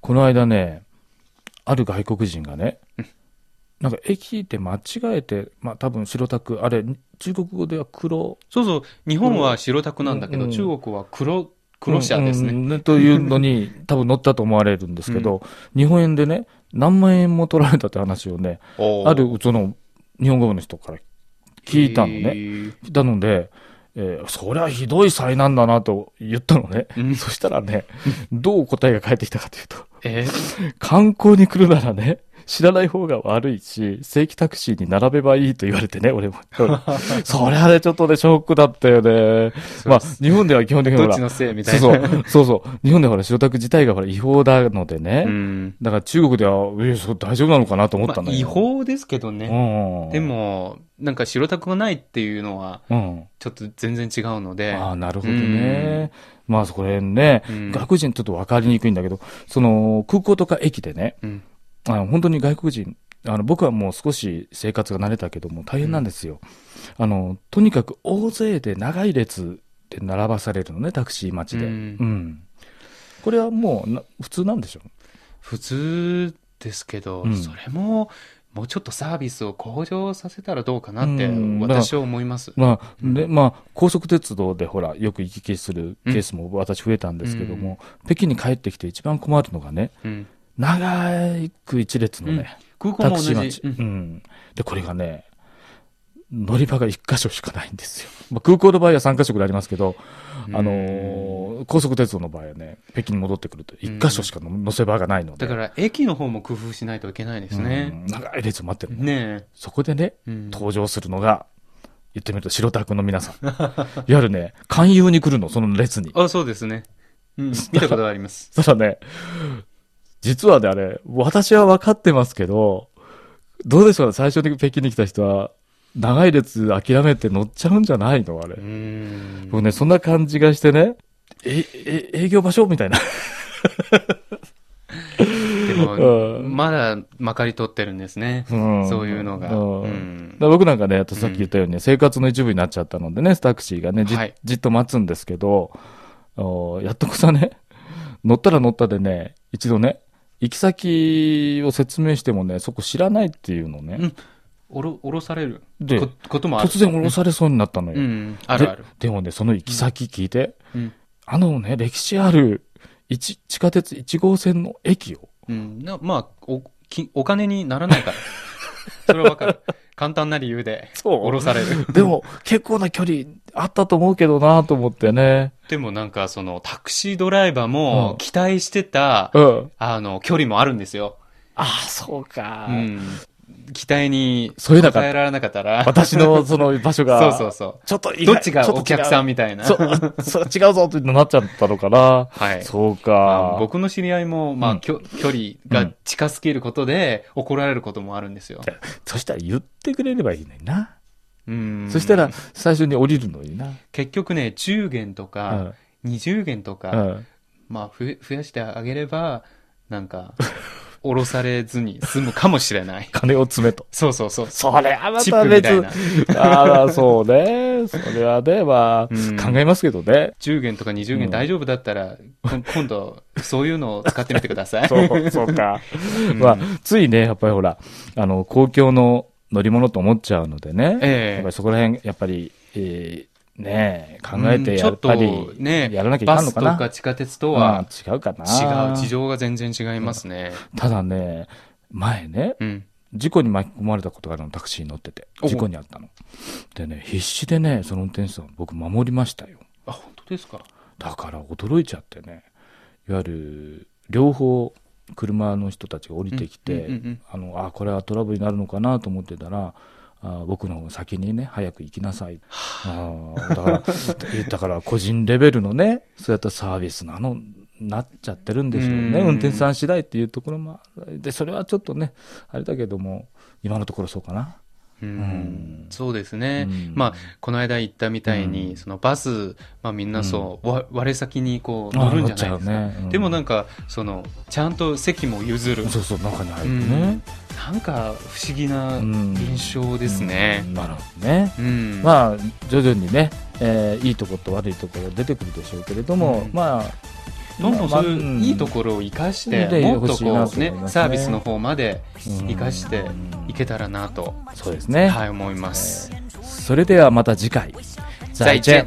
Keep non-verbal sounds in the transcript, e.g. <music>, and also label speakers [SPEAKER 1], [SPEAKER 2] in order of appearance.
[SPEAKER 1] この間ね、ある外国人がね、なんか駅で間違えて、まあ多分白タク、あれ、中国語では黒、
[SPEAKER 2] そうそう、日本は白タクなんだけど、
[SPEAKER 1] うん
[SPEAKER 2] 中国は黒、黒車ですね。
[SPEAKER 1] うんうんというのに、多分乗ったと思われるんですけど、日本円でね、何万円も取られたって話をね、
[SPEAKER 2] おー
[SPEAKER 1] ある、その、日本語部の人から聞いたの
[SPEAKER 2] へ
[SPEAKER 1] ね。
[SPEAKER 2] ー
[SPEAKER 1] なので、えーそりゃひどい災難だなと言ったのね。
[SPEAKER 2] うん
[SPEAKER 1] そしたらね、 <laughs> どう答えが返ってきたかというと、
[SPEAKER 2] えー
[SPEAKER 1] 観光に来るならね、 <laughs> 知らない方が悪いし、正規タクシーに並べばいいと言われてね、
[SPEAKER 2] <laughs>
[SPEAKER 1] 俺も。それはね、ちょっとね、ショックだったよね。まあ、日本では基本的にほ
[SPEAKER 2] どっ
[SPEAKER 1] ら、
[SPEAKER 2] ちのせいみたい
[SPEAKER 1] そう
[SPEAKER 2] な。
[SPEAKER 1] そう、そうそう、日本ではほら、白タク自体がほら違法なのでね、
[SPEAKER 2] うん
[SPEAKER 1] だから中国では、えーそう大丈夫なのかなと思ったんだ
[SPEAKER 2] まあ、
[SPEAKER 1] け
[SPEAKER 2] 違
[SPEAKER 1] ど。
[SPEAKER 2] 法ですけどね。
[SPEAKER 1] うん。
[SPEAKER 2] で、も、なんか白タクがないっていうのは、
[SPEAKER 1] うん。
[SPEAKER 2] ちょっと全然違うので。
[SPEAKER 1] ああ、なるほどね。まあ、そこら辺ね、
[SPEAKER 2] うん
[SPEAKER 1] 外国人ちょっとわかりにくいんだけど、その、空港とか駅でね、
[SPEAKER 2] うん
[SPEAKER 1] あの本当に外国人あの、僕はもう少し生活が慣れたけども、大変なんですよ、あの。とにかく大勢で長い列で並ばされるのね、タクシー待ちで。
[SPEAKER 2] う
[SPEAKER 1] うんんこれはもうな普通なんでしょ
[SPEAKER 2] 普通ですけど、
[SPEAKER 1] うん
[SPEAKER 2] それも、もうちょっとサービスを向上させたらどうかなって、
[SPEAKER 1] うん
[SPEAKER 2] 私は思います。
[SPEAKER 1] まあ、
[SPEAKER 2] うん
[SPEAKER 1] で、まあ、高速鉄道でほら、よく行き来するケースも私増えたんですけども、北京に帰ってきて一番困るのがね、
[SPEAKER 2] うん
[SPEAKER 1] 長く一列のね、
[SPEAKER 2] 空港
[SPEAKER 1] タ
[SPEAKER 2] も
[SPEAKER 1] クシ
[SPEAKER 2] 同
[SPEAKER 1] ー待ち
[SPEAKER 2] じ。。う
[SPEAKER 1] うんん。で、これがね、乗り場が一箇所しかないんですよ。まあ、空港の場合は3箇所ぐらいありますけど、あのー高速鉄道の場合はね、北京に戻ってくると一箇所しかの乗せ場がないので。
[SPEAKER 2] だから、駅の方も工夫しないといけないですね。
[SPEAKER 1] うん長い列待ってるの。
[SPEAKER 2] ね
[SPEAKER 1] そこでね、
[SPEAKER 2] え。うん
[SPEAKER 1] 登場するのが、言ってみると白タクの皆さん。
[SPEAKER 2] <laughs>
[SPEAKER 1] いわゆるね、勧誘に来るの、その列に。
[SPEAKER 2] あ、そうですね。うん、見たことがあります。
[SPEAKER 1] そしたらね、実はね、あれ、私は分かってますけど、どうでしょうね、最初に北京に来た人は、長い列諦めて乗っ <laughs> ちゃうんじゃないのあれ
[SPEAKER 2] う。ん。
[SPEAKER 1] 僕ね、そんな感じがしてね、え、え、営業場所みたいな。
[SPEAKER 2] でも、
[SPEAKER 1] うん
[SPEAKER 2] まだまかり取ってるんですね。
[SPEAKER 1] うん
[SPEAKER 2] そういうのが。
[SPEAKER 1] うん
[SPEAKER 2] うん
[SPEAKER 1] だから僕なんかね、あとさっき言ったように、生活の一部になっちゃったのでね、タクシーがね、じ,、
[SPEAKER 2] はい
[SPEAKER 1] じっと待つんですけど、おやっとこさね、 <laughs> 乗ったら乗ったでね、一度ね、行き先を説明してもね、そこ知らないっていうのね。
[SPEAKER 2] おろ、おろされる
[SPEAKER 1] で
[SPEAKER 2] ここともある。
[SPEAKER 1] 突然降ろされそうになったのよ。
[SPEAKER 2] うん、あるある。
[SPEAKER 1] でもね、その行き先聞いて、
[SPEAKER 2] うん
[SPEAKER 1] あのね、歴史ある一地下鉄1号線の駅を、
[SPEAKER 2] うん、なまあ、お、きお金にならな
[SPEAKER 1] <laughs>
[SPEAKER 2] いから。それはわかる。簡単な理由で、
[SPEAKER 1] そう
[SPEAKER 2] おろされる。
[SPEAKER 1] でも結構な距離あったと思うけどなと思ってね。
[SPEAKER 2] でもなんか、その、タクシードライバー
[SPEAKER 1] う
[SPEAKER 2] も
[SPEAKER 1] ん
[SPEAKER 2] 期待してた、
[SPEAKER 1] うん。
[SPEAKER 2] あの、距離もあるんですよ。
[SPEAKER 1] ああ、そうか。
[SPEAKER 2] うん。期待に、
[SPEAKER 1] そういうのが
[SPEAKER 2] えられなかったら、
[SPEAKER 1] 私のその場所が、
[SPEAKER 2] そうそうそ
[SPEAKER 1] ちょっと
[SPEAKER 2] う。
[SPEAKER 1] 意
[SPEAKER 2] ど
[SPEAKER 1] 外
[SPEAKER 2] っちがお客さんみたいな。
[SPEAKER 1] ちょっと違うそう、 <laughs> それ違うぞってなっちゃったのかな。
[SPEAKER 2] はい。
[SPEAKER 1] そう
[SPEAKER 2] ま
[SPEAKER 1] か
[SPEAKER 2] あ。僕の知り合いも、まあ、
[SPEAKER 1] うん
[SPEAKER 2] きょ距離が近すぎることで怒られることもあるんですよ。
[SPEAKER 1] そしたら言ってくれればいいのにな。
[SPEAKER 2] うん
[SPEAKER 1] そしたら、最初に降りるのにな。
[SPEAKER 2] 結局ね、10元とか、20元と
[SPEAKER 1] う
[SPEAKER 2] か、
[SPEAKER 1] ん。うん。
[SPEAKER 2] まあ、ふ増やしてあげれば、なんか、降ろされずに済むかもしれない
[SPEAKER 1] <laughs> 金を詰めと。
[SPEAKER 2] そうそうそう。
[SPEAKER 1] それはま
[SPEAKER 2] チ
[SPEAKER 1] た
[SPEAKER 2] ップみ
[SPEAKER 1] 別
[SPEAKER 2] たいな。。
[SPEAKER 1] ああ、そうね。それはね、まあ、
[SPEAKER 2] うん
[SPEAKER 1] 考えますけどね。
[SPEAKER 2] 10元とか20
[SPEAKER 1] う
[SPEAKER 2] 元
[SPEAKER 1] ん
[SPEAKER 2] 大丈夫だったら、こん <laughs> 今度、そういうのを使ってみてください。
[SPEAKER 1] そう、そうか。
[SPEAKER 2] うん
[SPEAKER 1] まあ、ついね、やっぱりほら、あの、公共の乗り物と思っちゃうのでね。や
[SPEAKER 2] え
[SPEAKER 1] っぱ
[SPEAKER 2] え
[SPEAKER 1] りそこら辺、やっぱり、えーねえ考え
[SPEAKER 2] う
[SPEAKER 1] て
[SPEAKER 2] んちょ
[SPEAKER 1] や
[SPEAKER 2] っ
[SPEAKER 1] っ
[SPEAKER 2] と
[SPEAKER 1] ぱり、
[SPEAKER 2] ね
[SPEAKER 1] やらなきゃい
[SPEAKER 2] バ
[SPEAKER 1] かん
[SPEAKER 2] ス
[SPEAKER 1] の
[SPEAKER 2] と
[SPEAKER 1] かな。
[SPEAKER 2] か地下鉄と
[SPEAKER 1] ま
[SPEAKER 2] は
[SPEAKER 1] あ、違うかな。
[SPEAKER 2] 違う、事情が全然違いますね。
[SPEAKER 1] ただね、前ね、
[SPEAKER 2] うん。
[SPEAKER 1] 事故に巻き込まれたことがあるの、タクシーに乗ってて。
[SPEAKER 2] お
[SPEAKER 1] 事故にあったの。でね、必死でね、その運転手さん、僕守りましたよ。
[SPEAKER 2] あ、本当ですか。
[SPEAKER 1] だから驚いちゃってね、いわゆる、両方、車の人たちが降りてきて、
[SPEAKER 2] うんうんうん
[SPEAKER 1] あの、あ、これはトラブルになるのかなと思ってたら、あ僕の方が先にね、早く行きなさい。あーだから、えだから個人レベルのね、そうやったサービスなの、なっちゃってるんでしょうね。
[SPEAKER 2] うん
[SPEAKER 1] 運転手さん次第っていうところもある、で、それはちょっとね、あれだけども、今のところそうかな。
[SPEAKER 2] うん
[SPEAKER 1] ん
[SPEAKER 2] そうですね、
[SPEAKER 1] うん
[SPEAKER 2] まあこの間言ったみたいに、
[SPEAKER 1] うん
[SPEAKER 2] そのバス、まあ、みんなそう、わ割れ先にこう
[SPEAKER 1] あ
[SPEAKER 2] 乗るんじゃない
[SPEAKER 1] 乗
[SPEAKER 2] で
[SPEAKER 1] っ
[SPEAKER 2] す
[SPEAKER 1] ち
[SPEAKER 2] か、
[SPEAKER 1] ゃうねうん
[SPEAKER 2] でもなんかそのちゃんと席も譲る、
[SPEAKER 1] そうそう、中に入
[SPEAKER 2] う
[SPEAKER 1] る
[SPEAKER 2] ん
[SPEAKER 1] とね。
[SPEAKER 2] なんか不思議な
[SPEAKER 1] うん
[SPEAKER 2] 現象です
[SPEAKER 1] う
[SPEAKER 2] ね
[SPEAKER 1] ん。なるほどね。
[SPEAKER 2] うん
[SPEAKER 1] まあ、徐々にね、えーいいところと悪いところ出てくるでしょうけれども、
[SPEAKER 2] うん
[SPEAKER 1] まあ、
[SPEAKER 2] どんどんそう
[SPEAKER 1] まあ
[SPEAKER 2] いう
[SPEAKER 1] うん
[SPEAKER 2] いいところを生かして、
[SPEAKER 1] で
[SPEAKER 2] もっと
[SPEAKER 1] 欲しいな
[SPEAKER 2] こと
[SPEAKER 1] 思
[SPEAKER 2] うね
[SPEAKER 1] いますね
[SPEAKER 2] サービスの方まで
[SPEAKER 1] うん
[SPEAKER 2] 生かしていけたらなと、
[SPEAKER 1] そうですね。
[SPEAKER 2] はい思います。
[SPEAKER 1] それではまた次回。
[SPEAKER 2] 再见